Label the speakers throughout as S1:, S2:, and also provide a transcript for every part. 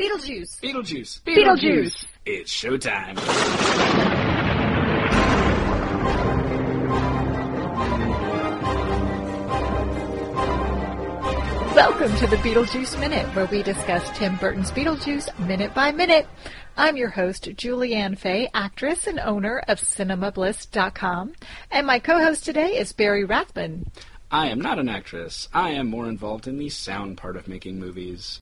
S1: Beetlejuice.
S2: Beetlejuice.
S1: Beetlejuice.
S2: It's showtime.
S1: Welcome to the Beetlejuice Minute, where we discuss Tim Burton's Beetlejuice minute by minute. I'm your host, Julianne Fay, actress and owner of CinemaBliss.com. And my co-host today is Barry Rathman.
S2: I am not an actress. I am more involved in the sound part of making movies.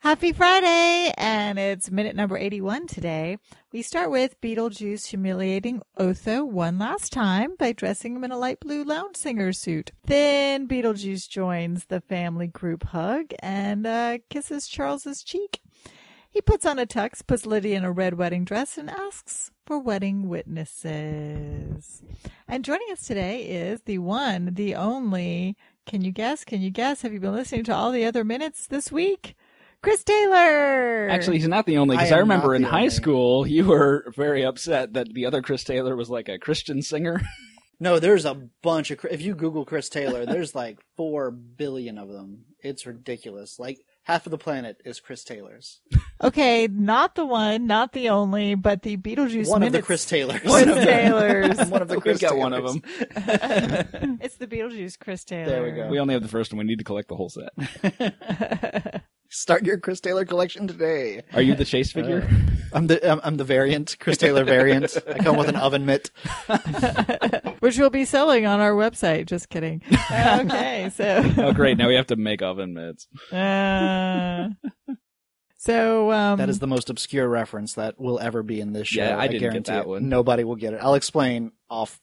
S1: Happy Friday, and it's minute number 81 today. We start with Beetlejuice humiliating Otho one last time by dressing him in a light blue lounge singer suit. Then Beetlejuice joins the family group hug and uh, kisses Charles's cheek. He puts on a tux, puts Lydia in a red wedding dress, and asks for wedding witnesses. And joining us today is the one, the only. Can you guess? Can you guess? Have you been listening to all the other minutes this week? Chris Taylor.
S2: Actually, he's not the only because
S3: I
S2: I,
S3: am
S2: remember
S3: not
S2: in
S3: the
S2: high
S3: only.
S2: school you were very upset that the other Chris Taylor was like a Christian singer.
S3: No, there's a bunch of. If you Google Chris Taylor, there's like four billion of them. It's ridiculous. Like half of the planet is Chris Taylor's.
S1: okay, not the one, not the only, but the Beetlejuice.
S3: one of the
S1: minutes-
S3: Chris Taylors.
S1: Chris
S2: One of them.
S1: Taylors.
S3: one of the
S2: We've
S3: Chris
S2: got
S3: Taylors.
S2: one of them.
S1: it's the Beetlejuice Chris Taylor.
S3: There we go.
S2: We only have the first one. We need to collect the whole set.
S3: Start your Chris Taylor collection today.
S2: Are you the chase
S3: Uh.
S2: figure?
S3: I'm the I'm, I'm the variant Chris Taylor variant. I come with an oven mitt.
S1: Which we'll be selling on our website. Just kidding. okay, so
S2: oh, great. Now we have to make oven mitts.
S1: uh, so um,
S3: That is the most obscure reference that will ever be in this show.
S2: Yeah, I didn't get
S3: guarantee
S2: that
S3: it.
S2: one.
S3: Nobody will get it. I'll explain off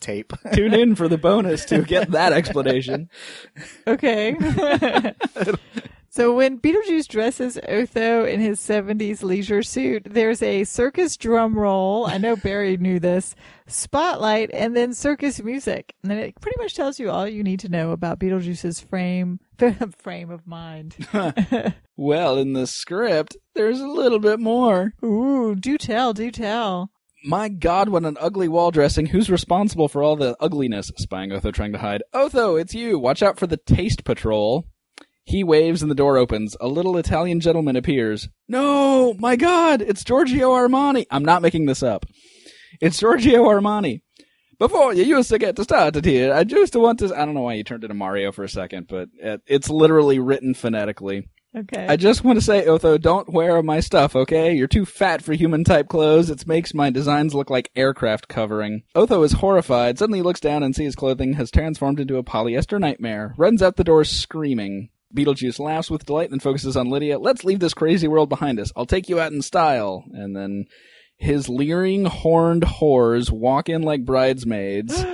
S3: tape.
S2: Tune in for the bonus to get that explanation.
S1: Okay. so when Beetlejuice dresses Otho in his 70s leisure suit, there's a circus drum roll. I know Barry knew this. Spotlight and then circus music. And then it pretty much tells you all you need to know about Beetlejuice's frame frame of mind.
S2: Well, in the script, there's a little bit more.
S1: Ooh, do tell, do tell.
S2: My God, what an ugly wall dressing. Who's responsible for all the ugliness? Spying Otho trying to hide. Otho, it's you. Watch out for the taste patrol. He waves and the door opens. A little Italian gentleman appears. No, my God, it's Giorgio Armani. I'm not making this up. It's Giorgio Armani. Before you used to get started here, I just want to. I don't know why you turned into Mario for a second, but it- it's literally written phonetically.
S1: Okay.
S2: I just want to say, Otho, don't wear my stuff, okay? You're too fat for human type clothes. It makes my designs look like aircraft covering. Otho is horrified, suddenly looks down and sees clothing has transformed into a polyester nightmare, runs out the door screaming. Beetlejuice laughs with delight and focuses on Lydia. Let's leave this crazy world behind us. I'll take you out in style. And then his leering, horned whores walk in like bridesmaids,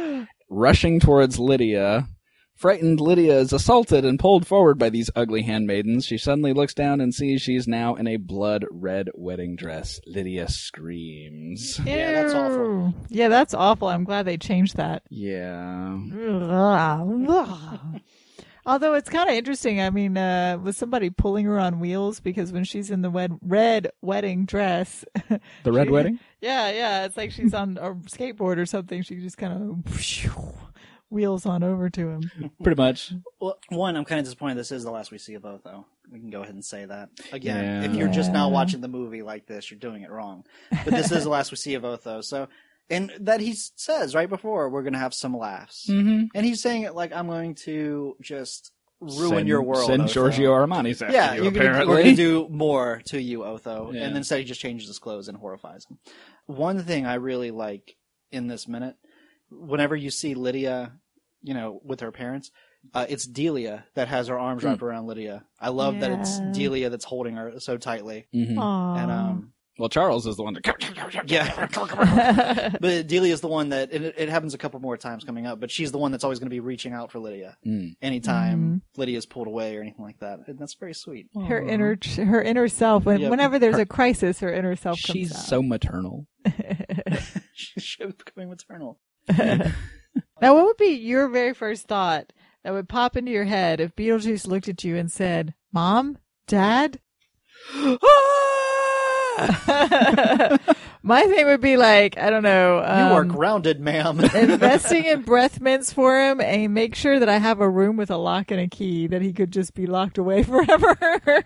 S2: rushing towards Lydia. Frightened, Lydia is assaulted and pulled forward by these ugly handmaidens. She suddenly looks down and sees she's now in a blood red wedding dress. Lydia screams.
S3: Yeah, that's awful.
S1: Ew. Yeah, that's awful. I'm glad they changed that.
S2: Yeah.
S1: Although it's kind of interesting. I mean, uh, was somebody pulling her on wheels because when she's in the wed- red wedding dress,
S2: The red
S1: she-
S2: wedding?
S1: Yeah, yeah. It's like she's on a skateboard or something. She just kind of wheels on over to him.
S2: Pretty much.
S3: Well, one, I'm kind of disappointed this is the last we see of Otho. We can go ahead and say that. Again,
S2: Yeah.
S3: if you're just now watching the movie like this, you're doing it wrong. But this is the last we see of Otho. So, and that he s- says right before, we're going to have some laughs.
S1: Hmm.
S2: Mm-hmm.
S3: And he's saying it like, I'm going to just ruin your world.
S2: Send
S3: Otho.
S2: Giorgio Armani's after
S3: Yeah,
S2: you,
S3: you're gonna,
S2: apparently.
S3: we're going to do more to you, Otho.
S2: Yeah.
S3: And instead, he just changes his clothes and horrifies him. One thing I really like in this minute, whenever you see Lydia, you know, with her parents, uh, it's Delia that has her arms
S2: Hmm.
S3: wrapped around Lydia. I love that it's
S1: Yeah.
S3: Delia that's holding her so tightly.
S2: Mhm.
S1: Aww.
S3: And um,
S2: Well, Charles is the one to.
S3: yeah, but Delia is the one that and it, it happens a couple more times coming up. But she's the one that's always going to be reaching out for Lydia
S2: Mm.
S3: anytime Lydia's pulled away or anything like that. And that's very sweet.
S1: Mm-hmm. her inner her inner self. When,
S3: Yeah.
S1: Whenever there's a crisis, her inner self comes
S2: She's
S1: out.
S2: so maternal.
S3: She's becoming maternal.
S1: Now, what would be your very first thought that would pop into your head if Beetlejuice looked at you and said, Mom, Dad? My thing would be like, I don't know.
S3: Ah! You are
S1: um,
S3: grounded, ma'am.
S1: investing in breath mints for him and make sure that I have a room with a lock and a key that he could just be locked away forever.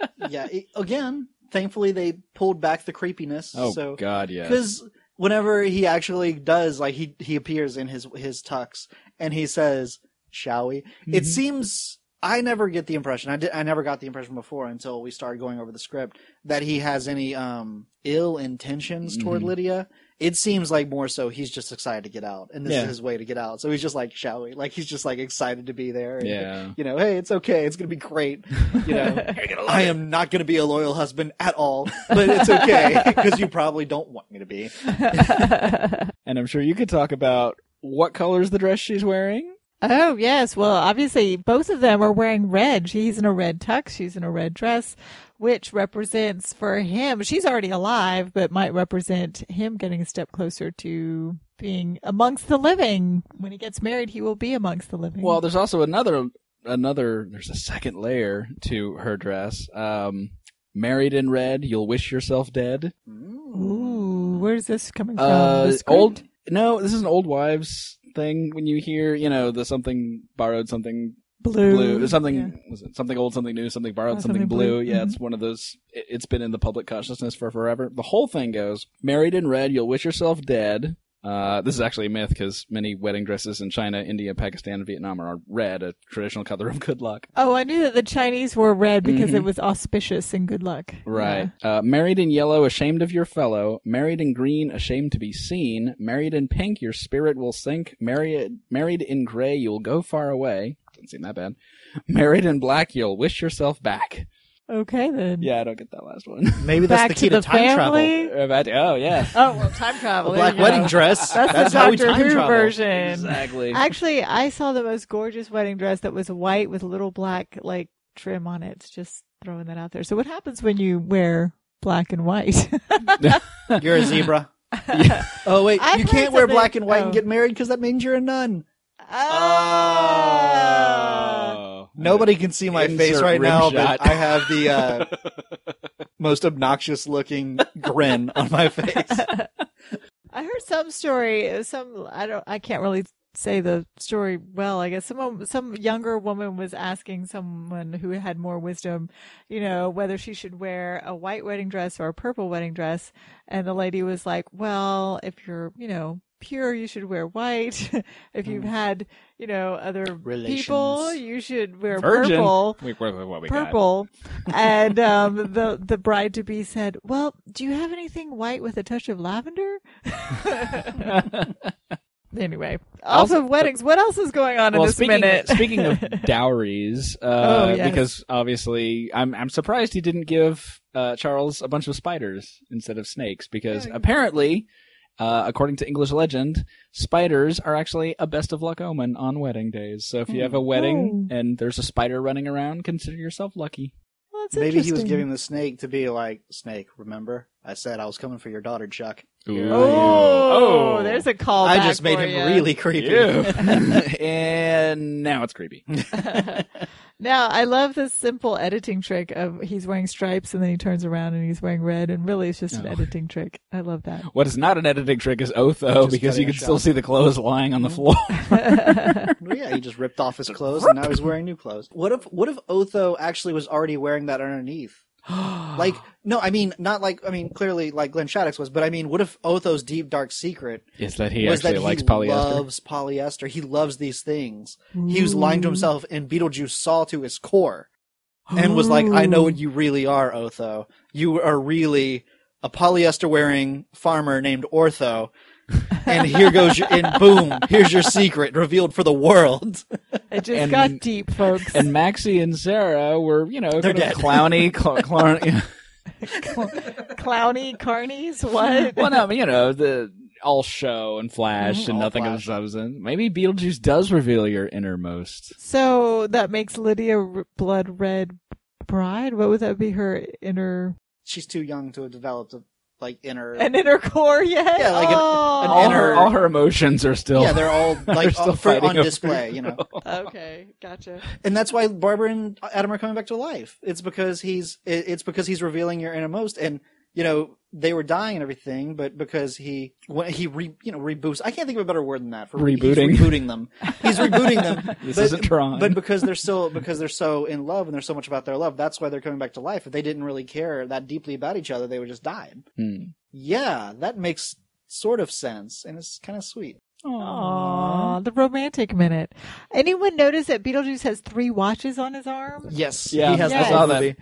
S3: yeah. it- again, thankfully they pulled back the creepiness.
S2: Oh
S3: so
S2: God, yeah.
S3: because whenever he actually does, like he he appears in his his tux and he says, "Shall we?" It seems I never get the impression. I did, I never got the impression before until we started going over the script that he has any um ill intentions toward
S2: Mhm.
S3: Lydia. It seems like more so he's just excited to get out, and this
S2: Yeah.
S3: is his way to get out. So he's just like, "Shall we?" Like he's just like excited to be there. and,
S2: Yeah.
S3: You know, hey, it's okay. It's gonna be great. You know, I am not going to be a loyal husband at all, but it's okay because you probably don't want me to be.
S2: And I'm sure you could talk about what color is the dress she's wearing.
S1: Oh, yes. Well, obviously, both of them are wearing red. She's in a red tux. She's in a red dress, which represents for him, she's already alive, but might represent him getting a step closer to being amongst the living. When he gets married, he will be amongst the living.
S2: Well, there's also another another there's a second layer to her dress. Um married in red, you'll wish yourself dead.
S1: Mm. Ooh, where's this coming from?
S2: Uh
S1: The script?
S2: old No, this is an old wives thing when you hear, you know, the something borrowed something
S1: blue.
S2: blue, something
S1: Yeah.
S2: was it something old, something new, something borrowed,
S1: Oh,
S2: something,
S1: something blue.
S2: blue. Yeah, it's one of those. It, it's been in the public consciousness for forever. The whole thing goes: married in red, you'll wish yourself dead. Uh, this is actually a myth because many wedding dresses in China, India, Pakistan, and Vietnam are red, a traditional color of good luck.
S1: Oh, I knew that the Chinese wore red because
S2: Mhm.
S1: it was auspicious and good luck.
S2: Right. Uh, married in yellow, ashamed of your fellow. Married in green, ashamed to be seen. Married in pink, your spirit will sink. Married, married in gray, you'll go far away. Doesn't seem that bad. Married in black, you'll wish yourself back.
S1: Yeah. Okay then.
S2: Yeah, I don't get that last one.
S3: Maybe that's
S1: Back
S3: the key
S1: to
S3: to,
S1: the
S3: time travel.
S1: family.
S2: About- oh yeah,
S1: Oh well, time
S3: A
S1: travel.
S3: black
S1: you
S3: wedding
S1: know.
S3: dress.
S1: That's, the
S3: how we
S1: Doctor
S3: time
S1: Who
S3: travel.
S1: version.
S2: exactly.
S1: Actually, I saw the most gorgeous wedding dress that was white with little black like trim on it. Just throwing that out there. So what happens when you wear black and white?
S3: You're a zebra. Oh wait,
S1: I've
S3: you
S1: heard
S3: can't wear
S1: something-
S3: black and white
S1: oh.
S3: and get married because that means you're a nun.
S2: Oh.
S1: Ah.
S3: Nobody can see my
S2: Insert
S3: face right
S2: rim
S3: now,
S2: shot.
S3: but I have the uh, most obnoxious looking grin on my face.
S1: I heard some story. it was Some I don't. I can't really say the story well. I guess someone, some younger woman was asking someone who had more wisdom, you know, whether she should wear a white wedding dress or a purple wedding dress, and the lady was like, "Well, if you're, you know." Pure, you should wear white. if you've had, you know, other people,
S3: Relations.
S1: you should wear
S2: Virgin.
S1: purple
S2: Wait, wait, wait, what we got?
S1: purple. and um, the the bride to be said, "Well, do you have anything white with a touch of lavender?" anyway, off
S2: Also-
S1: of weddings, what else is going on in this
S2: speaking
S1: minute?
S2: speaking of dowries, uh,
S1: Oh, yes.
S2: because obviously I'm I'm surprised he didn't give uh, Charles a bunch of spiders instead of snakes because
S1: Yeah.
S2: apparently, uh, according to English legend, spiders are actually a best of luck omen on wedding days. So if you
S1: Oh.
S2: have a wedding and there's a spider running around, consider yourself lucky.
S1: Well, that's
S3: Maybe he was
S1: interesting.
S3: giving the snake to be like, Snake, remember? I said I was coming for your daughter, Chuck.
S1: Oh, there's a call.
S3: I just made him really creepy.
S2: and now it's creepy.
S1: Now I love this simple editing trick of he's wearing stripes and then he turns around and he's wearing red and really it's just an
S2: Oh.
S1: editing trick. I love that.
S2: What is not an editing trick is Otho
S3: Just
S2: because
S3: cutting
S2: you can
S3: a
S2: still
S3: shot.
S2: see the clothes lying on the
S1: Mm-hmm.
S2: floor.
S3: Well, yeah, he just ripped off his clothes and now he's wearing new clothes. What if what if Otho actually was already wearing that underneath? like no, I mean not like I mean clearly like Glenn Shaddix was, but I mean what if Otho's deep dark secret
S2: is that he
S3: was
S2: actually
S3: that he
S2: likes polyester?
S3: loves polyester? He loves these things. He was lying to
S1: Mm.
S3: himself, and Beetlejuice saw to his core and was like, "I know what you really are, Otho. You are really a polyester wearing farmer named Ortho." and here goes your and boom here's your secret revealed for the world
S1: It just
S2: And-
S1: got deep, folks.
S2: And Maxie and Sarah were, you know, kind of
S3: dead.
S2: clowny, cl- clowny.
S1: Clowny carnies, what?
S2: well, no, but, you know, the all show and flash and
S3: Mm-hmm. All
S2: nothing of
S3: flash.
S2: substance. Maybe Beetlejuice does reveal your innermost.
S1: So that makes Lydia r- blood red bride. What would that be? Her inner
S3: she's too young to have developed a like inner
S1: an inner core yet?
S3: Yeah, like an-
S1: oh,
S3: an
S2: All her,
S3: inner-
S2: all her emotions are still.
S3: yeah they're all
S2: They're
S3: like
S2: still
S3: all, for,
S2: fighting
S3: on
S2: over
S3: display you know
S1: Okay, gotcha.
S3: and that's why Barbara and Adam are coming back to life. It's because he's it- it's because he's revealing your innermost, and you know they were dying and everything, but because he when he re, you know reboots. I can't think of a better word than that for
S2: Rebooting.
S3: He's rebooting them. He's rebooting them.
S2: This
S3: but,
S2: isn't Tron.
S3: But because they're still because they're so in love and there's so much about their love, that's why they're coming back to life. If they didn't really care that deeply about each other, they would just die.
S2: Hmm.
S3: Yeah, that makes sort of sense, and it's kind of sweet.
S1: Aw, the romantic minute. Anyone notice that Beetlejuice has three watches on his arm?
S3: Yes,
S2: Yeah,
S3: he has
S1: I
S3: the
S1: saw
S3: whole
S2: that.
S3: movie.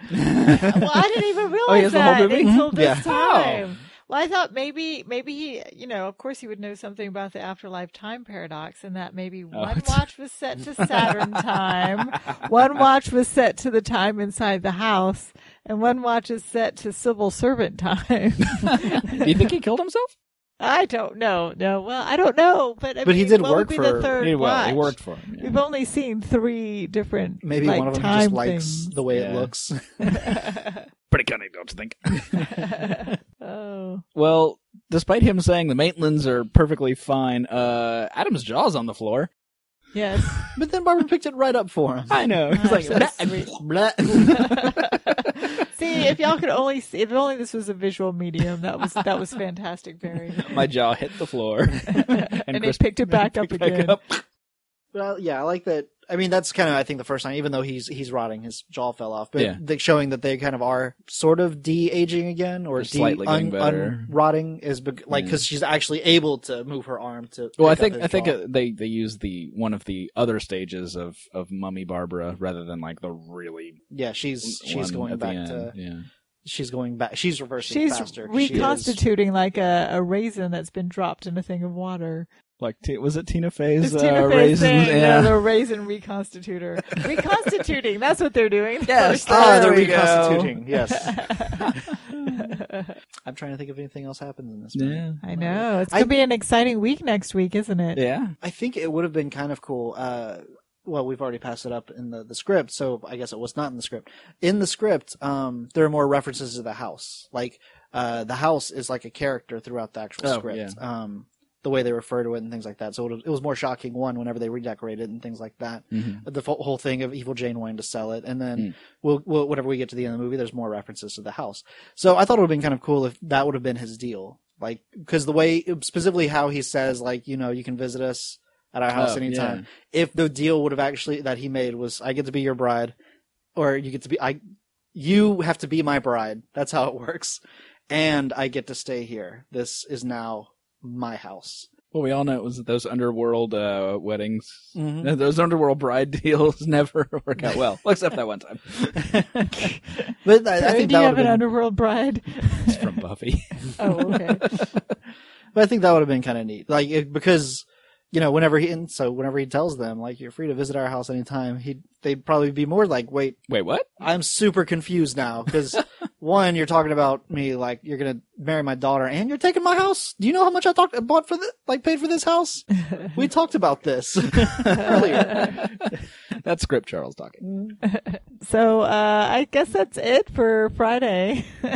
S1: Well, I didn't
S3: Oh,
S1: even realize
S2: has the whole
S1: that
S2: movie?
S1: until this
S3: Yeah.
S1: time. Well, I thought maybe, maybe he, you know, of course he would know something about the afterlife time paradox and that maybe
S3: Oh,
S1: one
S2: it's-
S1: watch was set to Saturn time, one watch was set to the time inside the house, and one watch is set to civil servant time.
S2: Do you think he killed himself?
S1: I don't know. No, well, I don't know, but I
S3: But he
S1: mean,
S3: did
S1: what would
S3: work
S1: be
S3: for-
S1: the third
S2: He, well,
S1: watch?
S2: he worked for him. yeah.
S1: We've only seen three different.
S3: Maybe
S1: like,
S3: one of them
S1: time
S3: just likes
S1: things.
S3: the way it
S2: Yeah.
S3: looks.
S2: Pretty cunning, don't you think?
S1: oh,
S2: Well, despite him saying the Maitlands are perfectly fine, uh, Adam's jaw's on the floor.
S1: yes.
S3: but then Barbara picked it right up for him.
S2: I know. He's like,
S1: That's sweet.
S2: "Bleh,"
S3: Bleh.
S1: See, if y'all could only see, if only this was a visual medium, that was that was fantastic, Barry.
S2: my jaw hit the floor. and
S1: And, he
S2: Chris
S1: picked it back up
S2: picked
S1: again.
S2: up.
S3: Well, yeah, I like that. I mean, that's kind of I think the first time, even though he's he's rotting, his jaw fell off, but
S2: Yeah.
S3: the, showing that they kind of are sort of de aging again or
S2: They're
S3: de
S2: slightly getting better.
S3: rotting is bec- like
S2: Yeah.
S3: because she's actually able to move her arm to.
S2: Well, I
S3: pick
S2: think
S3: up
S2: I
S3: his
S2: think
S3: jaw.
S2: uh, they they use the one of the other stages of of Mummy Barbara rather than like the really
S3: yeah, she's she's
S2: one
S3: going
S2: at the
S3: back
S2: end.
S3: to
S2: yeah.
S3: she's going back. She's reversing
S1: She's
S3: faster. She is-
S1: reconstituting like a, a raisin that's been dropped in a thing of water.
S2: Like T- was it Tina Fey's
S1: It's
S2: uh,
S1: Tina Fey's
S2: raisins?
S1: thing,
S2: yeah.
S1: the raisin reconstitutor. Reconstituting, that's what they're doing.
S2: Yes.
S3: Ah, they're
S2: There we go.
S3: reconstituting. Yes, I'm trying to think if anything else happens in this. movie.
S2: yeah.
S1: I know. It's
S3: I-
S1: going to be an exciting week next week, isn't it?
S2: Yeah.
S3: I think it would have been kind of cool. Uh, well, we've already passed it up in the, the script, so I guess it was not in the script. In the script, um, there are more references to the house. Like, uh, the house is like a character throughout the actual
S2: Oh,
S3: script. Um, the way they refer to it and things like that. So it was, it was more shocking, one, whenever they redecorated it and things like that.
S2: Mhm.
S3: The fo- whole thing of Evil Jane wanting to sell it. And then we'll, we'll, whenever we get to the end of the movie, there's more references to the house. So I thought it would have been kind of cool if that would have been his deal. Like, because the way, specifically how he says, like, you know, you can visit us at our house
S2: Oh,
S3: anytime. If the deal would have actually, that he made was, I get to be your bride, or you get to be, I, you have to be my bride. That's how it works. And I get to stay here. This is now my house.
S2: Well, we all know it was those underworld uh, weddings.
S3: Mhm.
S2: No, Those underworld bride deals never work out well, except that one time.
S3: But I,
S1: Barry,
S3: I think
S1: do you
S3: that
S1: have an
S3: would have been,
S1: underworld bride?
S2: It's from Buffy.
S1: oh, okay.
S3: but I think that would have been kind of neat. Like, it, because, you know, whenever he, and so whenever he tells them, like, you're free to visit our house anytime, he, they'd probably be more like, wait,
S2: Wait, what?
S3: I'm super confused now because one, you're talking about me like you're gonna marry my daughter and you're taking my house. Do you know how much I talked bought for the like paid for this house? we talked about this earlier.
S2: That's script Charles talking.
S1: So uh, I guess that's it for Friday.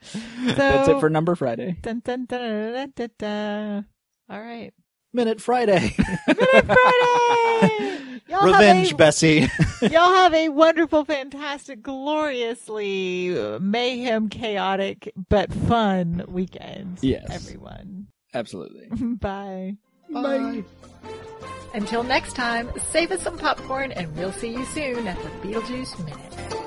S1: so,
S2: That's it for Number Friday.
S1: Dun, dun, dun, dun, dun, dun, dun. All right.
S3: Minute Friday,
S1: Minute Friday! Y'all have
S3: revenge,
S1: a,
S3: Bessie.
S1: Y'all have a wonderful, fantastic, gloriously uh, mayhem, chaotic, but fun weekend.
S2: Yes.
S1: Everyone.
S2: Absolutely.
S1: Bye.
S3: Bye.
S1: Until next time, save us some popcorn and we'll see you soon at the Beetlejuice Minute.